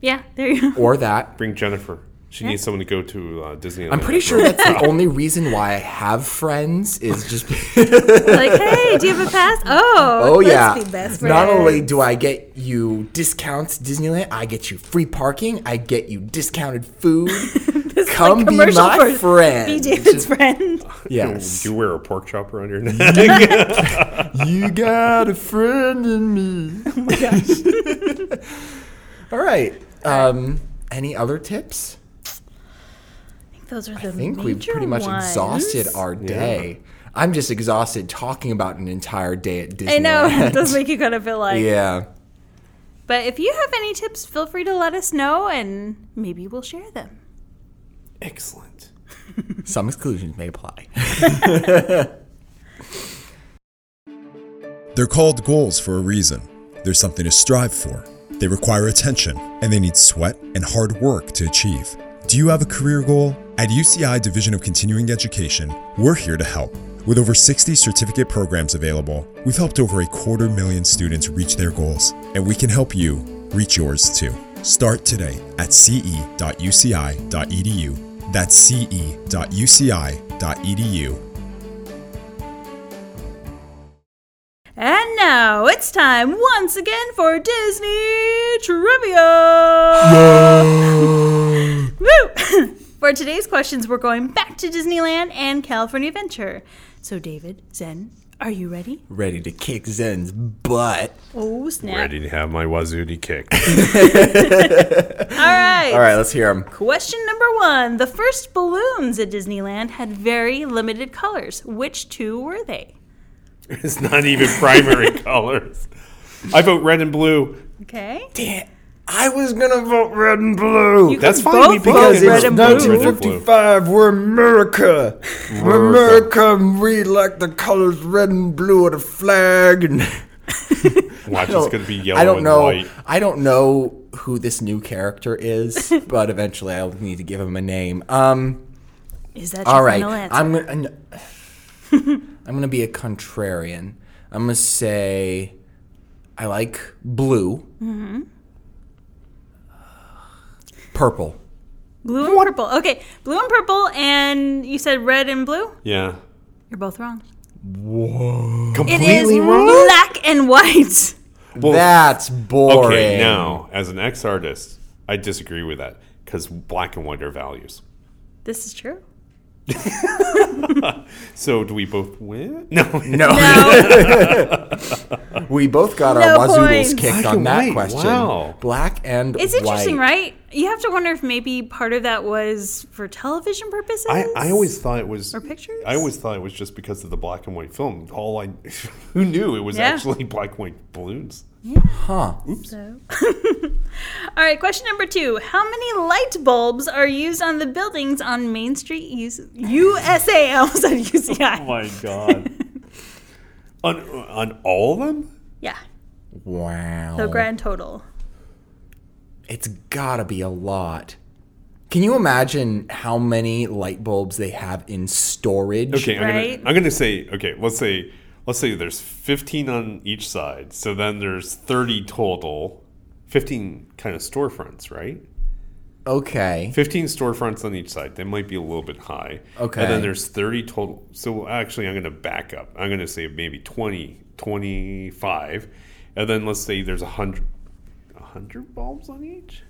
Speaker 1: yeah, there you go.
Speaker 3: or that.
Speaker 2: Bring Jennifer. She needs someone to go to uh, Disneyland.
Speaker 3: I'm pretty sure that's the only reason why I have friends is just
Speaker 1: like, hey, do you [laughs] have a pass? Oh, [laughs]
Speaker 3: oh
Speaker 1: let's
Speaker 3: yeah.
Speaker 1: be best
Speaker 3: Not
Speaker 1: friends. [laughs]
Speaker 3: only do I get you discounts Disneyland, I get you free parking, I get you discounted food.
Speaker 1: This is
Speaker 3: Come
Speaker 1: like
Speaker 3: be
Speaker 1: commercial
Speaker 3: my
Speaker 1: for-
Speaker 3: friend.
Speaker 1: Be David's friend.
Speaker 2: [laughs]
Speaker 3: Yes.
Speaker 2: Do you wear a pork chop around your
Speaker 3: Mm-hmm. [laughs]
Speaker 2: neck?
Speaker 3: You got a friend
Speaker 1: [laughs]
Speaker 3: in me. Oh my gosh. [laughs] All right. Um, any other tips?
Speaker 1: Those are the
Speaker 3: I think
Speaker 1: major
Speaker 3: we've pretty much
Speaker 1: ones.
Speaker 3: exhausted our day. I'm just exhausted talking about an entire day at Disney.
Speaker 1: I know [laughs] it does make you kind of feel like.
Speaker 3: [laughs] yeah.
Speaker 1: But if you have any tips, feel free to let us know, and maybe we'll share them.
Speaker 2: Excellent.
Speaker 3: Some exclusions may apply.
Speaker 5: They're called goals for a reason. There's something to strive for. They require attention, and they need sweat and hard work to achieve. Do you have a career goal? At UCI Division of Continuing Education, we're here to help. With over 60 certificate programs available, we've helped over a quarter million students reach their goals, and we can help you reach yours too. Start today at E ce.uci.edu. E That's E ce.uci.edu.
Speaker 1: And now it's time once again for Disney Trivia! Woo! [laughs] for today's questions, we're going back to Disneyland and California Adventure. So, David, Zen, are you ready?
Speaker 3: Ready to kick Zen's butt.
Speaker 1: Oh, snap.
Speaker 2: Ready to have my wazooty kick. [laughs]
Speaker 1: All right.
Speaker 3: All right, let's hear him.
Speaker 1: Question number one The first balloons at Disneyland had very limited colors. Which two were they?
Speaker 2: it's not even
Speaker 3: [laughs]
Speaker 2: primary colors. I vote red and blue.
Speaker 1: Okay.
Speaker 3: I was gonna vote red and blue
Speaker 1: You
Speaker 2: That's
Speaker 1: can
Speaker 2: fine. We
Speaker 1: both
Speaker 2: beat
Speaker 1: vote
Speaker 2: it.
Speaker 1: red and blue.
Speaker 2: Vote red and blue.
Speaker 3: We're America. We're
Speaker 2: America.
Speaker 3: and we like the colors red and blue of the flag. And
Speaker 2: Watch, it's going to be yellow
Speaker 3: I don't
Speaker 2: and
Speaker 3: know.
Speaker 2: white.
Speaker 3: I don't know who this new character [laughs] is, but eventually I'll need to give him a name. Um,
Speaker 1: Is that your
Speaker 3: all right,
Speaker 1: final answer?
Speaker 3: I'm gonna n- I'm gonna be a contrarian. I'm gonna say I like blue,
Speaker 1: Mm-hmm.
Speaker 3: purple.
Speaker 1: Blue and purple. Okay, blue and purple, and you said red and blue?
Speaker 2: Yeah.
Speaker 1: You're both wrong. It
Speaker 3: Completely
Speaker 1: is black and white.
Speaker 2: Well,
Speaker 3: That's boring.
Speaker 2: Okay, now as an ex artist, I disagree with that because black and white are values.
Speaker 1: This is
Speaker 2: [laughs]
Speaker 1: true.
Speaker 2: So do we both win? [laughs] No,
Speaker 3: No,
Speaker 1: No,
Speaker 3: [laughs] we both got
Speaker 1: No
Speaker 3: our wazoodles
Speaker 1: points.
Speaker 3: kicked
Speaker 2: Black
Speaker 3: on
Speaker 2: and
Speaker 3: that
Speaker 2: white,
Speaker 3: question.
Speaker 2: wow.
Speaker 3: Black and
Speaker 1: it's
Speaker 3: white.
Speaker 1: interesting, right? You have to wonder if maybe part of that was for television purposes.
Speaker 2: I, I always thought it was
Speaker 1: Or pictures?
Speaker 2: I always thought it was just because of the black and white film. All I [laughs] who knew it was
Speaker 1: Yeah.
Speaker 2: actually black and white balloons.
Speaker 1: So. [laughs] All right, question number two. How many light bulbs are used on the buildings on Main Street US- USA? I almost said
Speaker 2: [laughs]
Speaker 1: UCI.
Speaker 2: my god! on on all of them?
Speaker 1: Yeah,
Speaker 3: Wow.
Speaker 2: Oh.
Speaker 1: the grand total.
Speaker 3: It's gotta be a lot. Can you imagine how many light bulbs they have in storage?
Speaker 2: Okay, I'm
Speaker 1: Right.
Speaker 2: gonna I'm gonna say okay. Let's say let's say there's 15 on each side. So then there's 30 total. 15 kind of storefronts, right?
Speaker 3: Okay.
Speaker 2: 15 storefronts on each side. That might be a little bit high.
Speaker 3: Okay.
Speaker 2: And then there's 30 total. So actually, I'm going to back up. I'm going to say maybe 20, 25. And then let's say there's 100, 100 bulbs on each?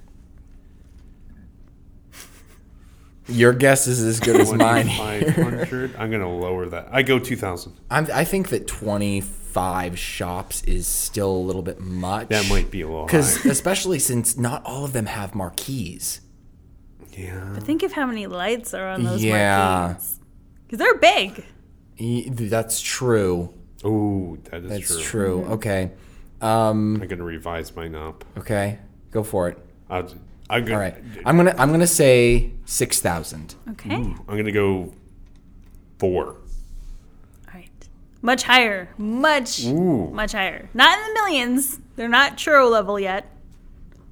Speaker 3: Your guess is
Speaker 2: [laughs]
Speaker 3: as good as mine. [laughs]
Speaker 2: 2500. I'm going to lower that. I go 2,000.
Speaker 3: I'm, I think that 25 shops is still a little bit much.
Speaker 2: That might be a little
Speaker 3: Because [laughs]
Speaker 2: high.
Speaker 3: especially since not all of them have marquees.
Speaker 2: Yeah.
Speaker 1: Think of how many lights are on those
Speaker 3: Yeah.
Speaker 1: marquees. Because they're big.
Speaker 3: Y- That's true.
Speaker 2: Oh, that is
Speaker 3: That's
Speaker 2: true.
Speaker 3: true. Okay. Um,
Speaker 2: I'm going to revise mine up.
Speaker 3: okay. Go for it.
Speaker 2: I'll, I'm
Speaker 3: All
Speaker 2: gonna,
Speaker 3: right. I'm gonna I'm gonna say six thousand.
Speaker 1: Okay.
Speaker 2: I'm going to go four.
Speaker 1: All right. Much higher. Much,
Speaker 2: Ooh.
Speaker 1: much higher. Not in the millions. They're not churro level yet,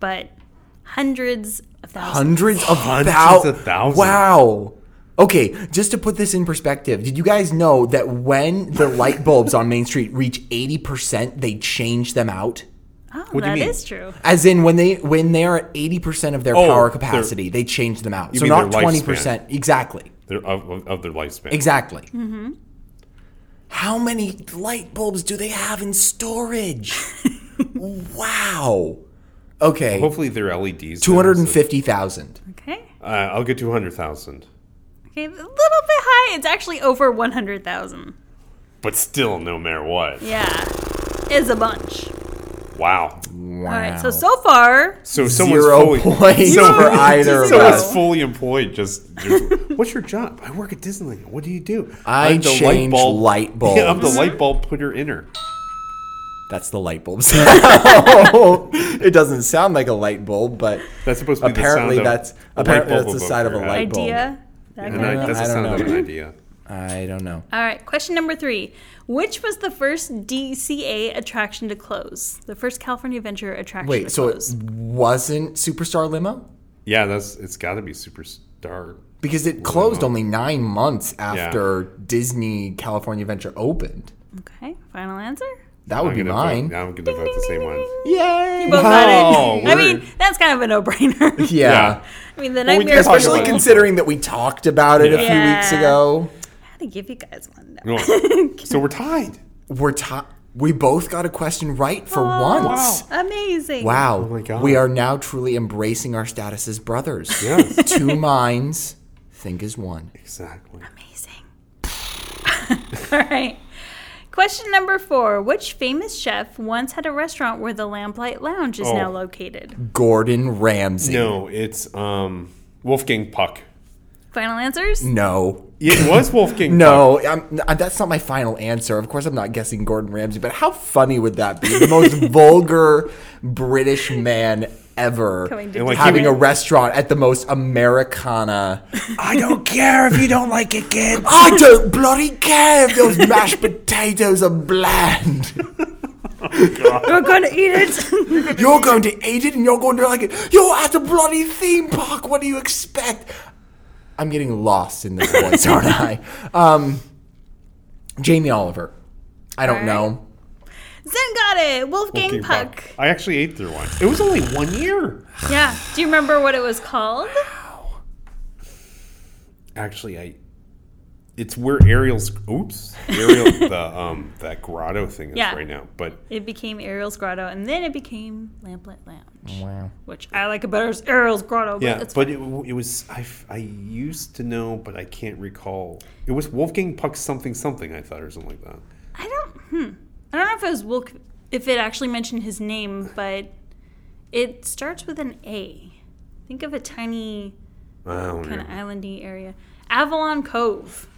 Speaker 1: but hundreds of thousands.
Speaker 3: Hundreds of
Speaker 2: Hundreds
Speaker 3: thou-
Speaker 2: of thousands.
Speaker 3: Wow. Okay, just to put this in perspective, did you guys know that when the light bulbs on Main Street reach eighty percent, they change them out?
Speaker 1: oh,
Speaker 2: do you
Speaker 1: that
Speaker 2: mean?
Speaker 1: is true.
Speaker 3: As in, when they when they are at eighty percent of their
Speaker 2: Oh,
Speaker 3: power
Speaker 2: their-
Speaker 3: capacity, they change them out. So
Speaker 2: mean their
Speaker 3: not twenty percent exactly.
Speaker 2: They're of, of- of their lifespan.
Speaker 3: Exactly. How many light bulbs do they have in storage? wow. Okay.
Speaker 2: Hopefully E they're LEDs.
Speaker 3: Two hundred and fifty thousand.
Speaker 1: Okay.
Speaker 2: Uh, I'll get two hundred thousand,
Speaker 1: Okay. A little bit high. It's actually over 100,000.
Speaker 2: but still, no matter what.
Speaker 1: Yeah. Is a bunch.
Speaker 2: Wow.
Speaker 3: Wow.
Speaker 1: All right. So, so far,
Speaker 2: So someone's
Speaker 3: zero
Speaker 2: fully. [laughs]
Speaker 3: points
Speaker 2: so-
Speaker 3: for either of
Speaker 1: so
Speaker 2: Someone's
Speaker 1: Wow.
Speaker 3: us.
Speaker 2: fully employed. Just, just- [laughs] what's your job? I work at Disneyland. What do you do?
Speaker 3: I
Speaker 2: I'm the
Speaker 3: change light
Speaker 2: [laughs]
Speaker 3: bulbs.
Speaker 2: Yeah, I'm the light bulb putter inner.
Speaker 3: That's the light bulb sound. [laughs] it doesn't sound like a light bulb, but
Speaker 2: That's supposed to be
Speaker 3: apparently
Speaker 2: the sound
Speaker 3: that's
Speaker 2: of a light
Speaker 3: apparently
Speaker 2: bulb
Speaker 3: that's the
Speaker 2: above
Speaker 3: side of a
Speaker 2: your head.
Speaker 3: light bulb.
Speaker 1: idea. That
Speaker 2: And
Speaker 1: guy.
Speaker 2: I, that's
Speaker 3: I
Speaker 2: the
Speaker 3: don't
Speaker 2: sound of
Speaker 3: know.
Speaker 2: an idea.
Speaker 3: I don't know.
Speaker 1: All right, question number three. Which was the first DCA attraction to close? The first California Adventure attraction to
Speaker 3: Wait, so it
Speaker 1: close.
Speaker 3: wasn't Superstar Limo?
Speaker 2: Yeah, that's it's got to be superstar.
Speaker 3: Because it closed only nine months after Disney California Adventure opened.
Speaker 1: okay, final answer?
Speaker 3: That would
Speaker 2: I'm
Speaker 3: be
Speaker 2: gonna
Speaker 3: mine.
Speaker 2: Vote, I'm gonna vote the same one.
Speaker 3: Yay!
Speaker 1: Both got it.
Speaker 2: Wow,
Speaker 1: I
Speaker 2: word.
Speaker 1: mean, that's kind of a no-brainer.
Speaker 3: Oh, [laughs] Yeah.
Speaker 2: Yeah.
Speaker 1: I mean, the
Speaker 2: Well, we
Speaker 1: nightmare.
Speaker 2: did talk
Speaker 3: Especially
Speaker 2: about it.
Speaker 3: considering that we talked about it a few
Speaker 1: Yeah.
Speaker 3: weeks ago.
Speaker 1: I had to give you guys one. No.
Speaker 2: No.
Speaker 1: [laughs]
Speaker 2: so we're
Speaker 3: [laughs]
Speaker 2: tied.
Speaker 3: We're ta- we both got a question right for once.
Speaker 1: Amazing.
Speaker 3: Wow.
Speaker 2: Oh my God.
Speaker 3: We are now truly embracing our status as brothers.
Speaker 2: Yes,
Speaker 3: Two minds think as one.
Speaker 2: exactly.
Speaker 1: Amazing. [laughs] All right. Question number four. Which famous chef once had a restaurant where the Lamplight Lounge is now
Speaker 2: Oh.
Speaker 1: located?
Speaker 3: Gordon Ramsay.
Speaker 2: No, it's um Wolfgang Puck.
Speaker 1: Final answers?
Speaker 3: No.
Speaker 2: It was Wolfgang. Puck.
Speaker 3: [laughs] No, I'm, n- that's not my final answer. Of course, I'm not guessing Gordon Ramsay, but how funny would that be? The most vulgar British man ever
Speaker 1: Coming to
Speaker 2: And like
Speaker 3: having
Speaker 2: he
Speaker 3: a
Speaker 2: was-
Speaker 3: restaurant at the most Americana.
Speaker 2: I don't care if you don't like it, kid.
Speaker 3: I don't bloody care if those mashed potatoes are bland.
Speaker 1: We're going to eat
Speaker 3: [laughs]
Speaker 1: it.
Speaker 3: You're going to eat it and you're going to like it. You're at a bloody theme park. What do you expect? I'm getting lost in this voice, aren't I? Um, Jamie Oliver. I don't
Speaker 1: All right.
Speaker 3: know.
Speaker 1: Zen got it. Wolfgang, Puck.
Speaker 2: I actually ate their one. It was only one year.
Speaker 1: [laughs] Yeah. Do you remember what it was called?
Speaker 2: Actually, I. It's where Ariel's. Oops, Ariel. the um that grotto thing is
Speaker 1: Yeah.
Speaker 2: right now. But
Speaker 1: It became Ariel's Grotto, and then it became Lamplight Lounge,
Speaker 3: Wow.
Speaker 1: which I like it better as Ariel's Grotto. But
Speaker 2: yeah,
Speaker 1: that's
Speaker 2: but it, w- it was I, f- I used to know, but I can't recall. It was Wolfgang Puck something something. I thought or something like that.
Speaker 1: I don't. Hmm. I don't know if it was Wolf, if it actually mentioned his name, but it starts with an A. Think of a tiny
Speaker 2: I don't
Speaker 1: kind
Speaker 2: know.
Speaker 1: of islandy area, Avalon Cove.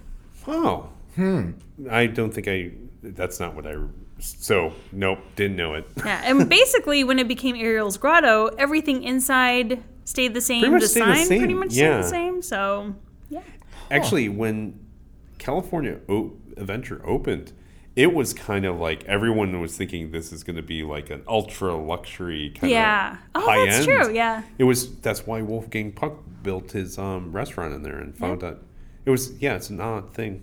Speaker 2: Oh. Hmm. I don't think I. That's not what I. So nope, didn't know it. [laughs]
Speaker 1: Yeah, and basically when it became Ariel's Grotto, everything inside stayed the same.
Speaker 2: Pretty much
Speaker 1: the
Speaker 2: stayed the
Speaker 1: sign pretty
Speaker 2: same,
Speaker 1: much
Speaker 2: yeah.
Speaker 1: stayed the same. So yeah.
Speaker 2: Actually, when California o- Adventure opened, it was kind of like everyone was thinking this is going to be like an ultra luxury kind
Speaker 1: Yeah.
Speaker 2: of
Speaker 1: Oh,
Speaker 2: high
Speaker 1: that's
Speaker 2: end.
Speaker 1: true, yeah.
Speaker 2: It was that's why Wolfgang Puck built his um, restaurant in there and found out it was yeah, it's an odd thing.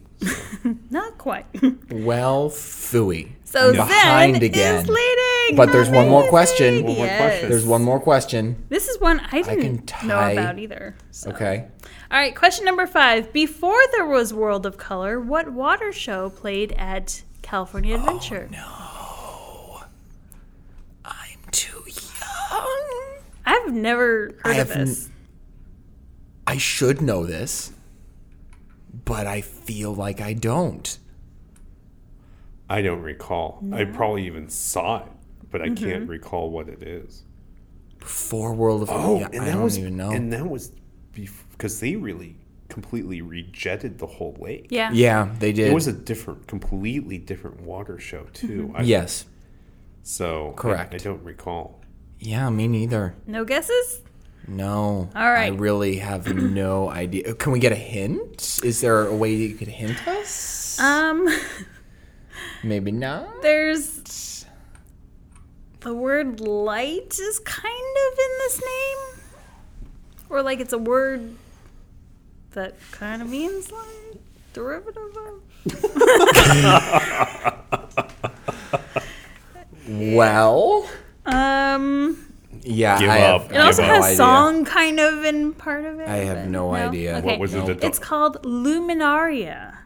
Speaker 1: Not quite. [laughs]
Speaker 3: Well, fooey.
Speaker 1: So
Speaker 3: I'm behind
Speaker 1: Zen
Speaker 3: again.
Speaker 1: is leading. amazing.
Speaker 3: But there's one more question.
Speaker 1: Amazing.
Speaker 3: One
Speaker 2: more
Speaker 1: Yes.
Speaker 2: question.
Speaker 3: There's one more question.
Speaker 1: This is one I didn't
Speaker 3: can
Speaker 1: know
Speaker 3: tie-
Speaker 1: about either. so.
Speaker 3: Okay.
Speaker 1: All right, question number five. Before there was World of Color, what water show played at
Speaker 3: Oh,
Speaker 1: California Adventure?
Speaker 3: I'm too young.
Speaker 1: I've never heard
Speaker 3: I
Speaker 1: of
Speaker 3: have n-
Speaker 1: this.
Speaker 3: I should know this, but I feel like I don't.
Speaker 2: I don't recall. I probably even saw it, but I
Speaker 1: Mm-hmm.
Speaker 2: can't recall what it is.
Speaker 3: Four World of
Speaker 2: Oh,
Speaker 3: yeah,
Speaker 2: and
Speaker 3: I
Speaker 2: that
Speaker 3: don't
Speaker 2: was
Speaker 3: even know.
Speaker 2: and that was because they really completely rejetted the whole lake.
Speaker 1: yeah.
Speaker 3: yeah, they did.
Speaker 2: It was a different, completely different water show too. I-
Speaker 3: yes.
Speaker 2: So I-
Speaker 3: Correct.
Speaker 2: I, don't recall.
Speaker 3: Yeah, me neither.
Speaker 1: No guesses?
Speaker 3: No.
Speaker 1: All right.
Speaker 3: I really have no idea. Can we get a hint? Is there a way you could hint us?
Speaker 1: Um, [laughs]
Speaker 3: Maybe not.
Speaker 1: there's the word light is kind of in this name, or like it's a word that kind of means like derivative of.
Speaker 3: Well,
Speaker 1: Um,
Speaker 3: yeah.
Speaker 2: Give
Speaker 3: I
Speaker 2: up.
Speaker 3: have,
Speaker 2: It
Speaker 1: it
Speaker 3: I
Speaker 1: also
Speaker 3: have
Speaker 1: has
Speaker 3: no idea.
Speaker 1: song kind of in part of it.
Speaker 3: uh, I have
Speaker 1: but
Speaker 3: no idea.
Speaker 1: Okay.
Speaker 2: What was it? That
Speaker 1: It's called Luminaria.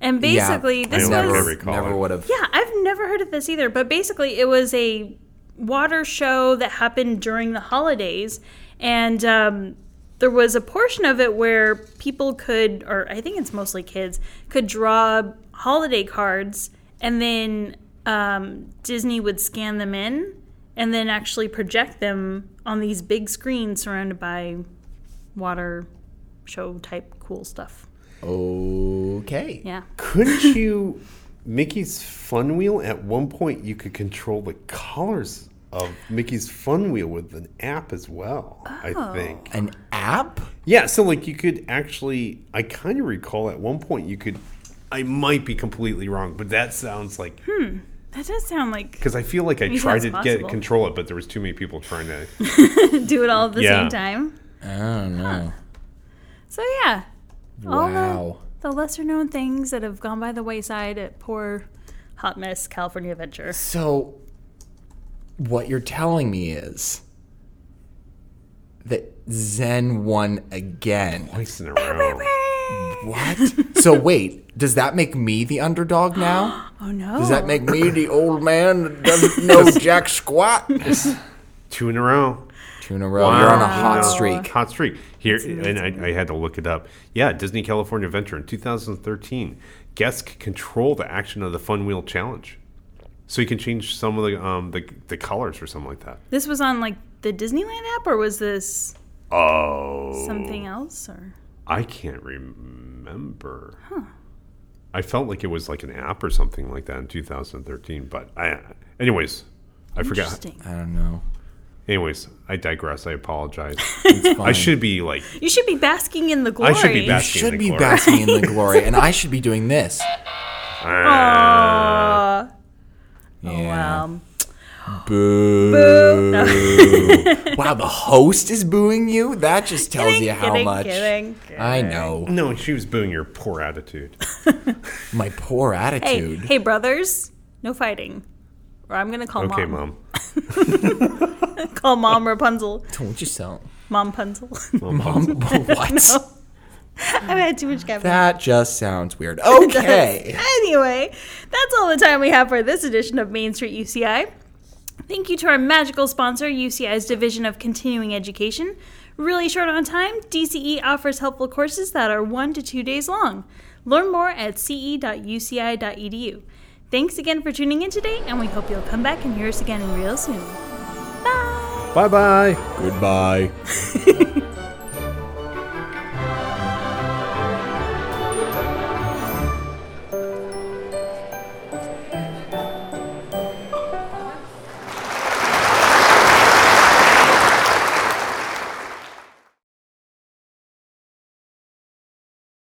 Speaker 1: And
Speaker 3: Yeah,
Speaker 1: basically, this was.
Speaker 2: I don't
Speaker 3: never,
Speaker 2: recall it.
Speaker 3: never would have.
Speaker 1: Yeah, I've never heard of this either, but basically, it was a water show that happened during the holidays. And um, there was a portion of it where people could, or I think it's mostly kids, could draw holiday cards and then um, Disney would scan them in and then actually project them on these big screens surrounded by water show type cool stuff.
Speaker 3: Okay.
Speaker 1: Yeah.
Speaker 2: couldn't [laughs] you Mickey's Fun Wheel? At one point, you could control the colors of Mickey's Fun Wheel with an app as well. I think.
Speaker 3: An app?
Speaker 2: Yeah, so like you could actually, I kind of recall at one point you could. I might be completely wrong, but that sounds like
Speaker 1: That does sound like
Speaker 2: because I feel like I
Speaker 1: Maybe
Speaker 2: tried
Speaker 1: that's
Speaker 2: to get
Speaker 1: possible.
Speaker 2: control it, but there was too many people trying [laughs] to.
Speaker 1: do it all at the
Speaker 2: Yeah.
Speaker 1: same time.
Speaker 3: I don't know.
Speaker 1: So yeah, all the,
Speaker 3: Wow.
Speaker 1: the lesser known things that have gone by the wayside at poor hot mess California Adventure.
Speaker 3: So, what you're telling me is that Zen won again.
Speaker 2: Twice in a row.
Speaker 1: [laughs]
Speaker 3: What? so wait, does that make me the underdog now?
Speaker 1: Oh no!
Speaker 3: Does that make me the old man that
Speaker 2: [laughs]
Speaker 3: doesn't know jack squat?
Speaker 2: Two in a row.
Speaker 3: Two in a row. Oh, You're on a
Speaker 2: Wow.
Speaker 3: hot streak.
Speaker 2: Hot streak. Here, and I, I had to look it up. Yeah, Disney California Adventure in 2013. Guests could control the action of the Fun Wheel Challenge. So you can change some of the um, the, the colors or something like that.
Speaker 1: this was on like the Disneyland app, or was this
Speaker 2: Oh.
Speaker 1: something else? Or
Speaker 2: I can't remember. I felt like it was like an app or something like that in 2013, but I, anyways, I forgot.
Speaker 1: interesting.
Speaker 3: I don't know.
Speaker 2: Anyways, I digress. I apologize.
Speaker 3: It's fine.
Speaker 2: I should be like,
Speaker 1: You should be basking in the glory.
Speaker 2: should be
Speaker 3: You
Speaker 2: basking. Basking in
Speaker 3: should
Speaker 2: the
Speaker 3: be
Speaker 2: glory.
Speaker 3: basking
Speaker 2: [laughs]
Speaker 3: in the glory, and I should be
Speaker 1: [laughs]
Speaker 3: doing this.
Speaker 1: Aw.
Speaker 2: ah,
Speaker 3: Yeah.
Speaker 1: Oh, Wow.
Speaker 3: Boo.
Speaker 1: [laughs]
Speaker 3: wow, the host is booing you? That just tells
Speaker 1: Kidding,
Speaker 3: you how
Speaker 1: kidding,
Speaker 3: much.
Speaker 1: kidding, kidding.
Speaker 3: I know.
Speaker 2: no, she was booing your poor attitude.
Speaker 3: My poor
Speaker 1: Hey,
Speaker 3: attitude.
Speaker 1: hey, brothers, no fighting, or I'm gonna call
Speaker 2: Okay,
Speaker 1: mom.
Speaker 2: mom.
Speaker 1: Call mom Rapunzel.
Speaker 3: Told you so.
Speaker 1: Mom Punzel. [laughs]
Speaker 2: [laughs]
Speaker 3: Mom, [laughs] what?
Speaker 1: I've had too much caffeine.
Speaker 3: That just
Speaker 1: [laughs]
Speaker 3: sounds weird. Okay.
Speaker 1: Anyway, that's all the time we have for this edition of Main Street UCI. Thank you to our magical sponsor, UCI's Division of Continuing Education. Really short on time, DCE offers helpful courses that are one to two days long. Learn more at E ce.uci.edu. E Thanks again for tuning in today, and we hope you'll come back and hear us again real soon. Bye!
Speaker 2: Bye bye.
Speaker 3: Goodbye.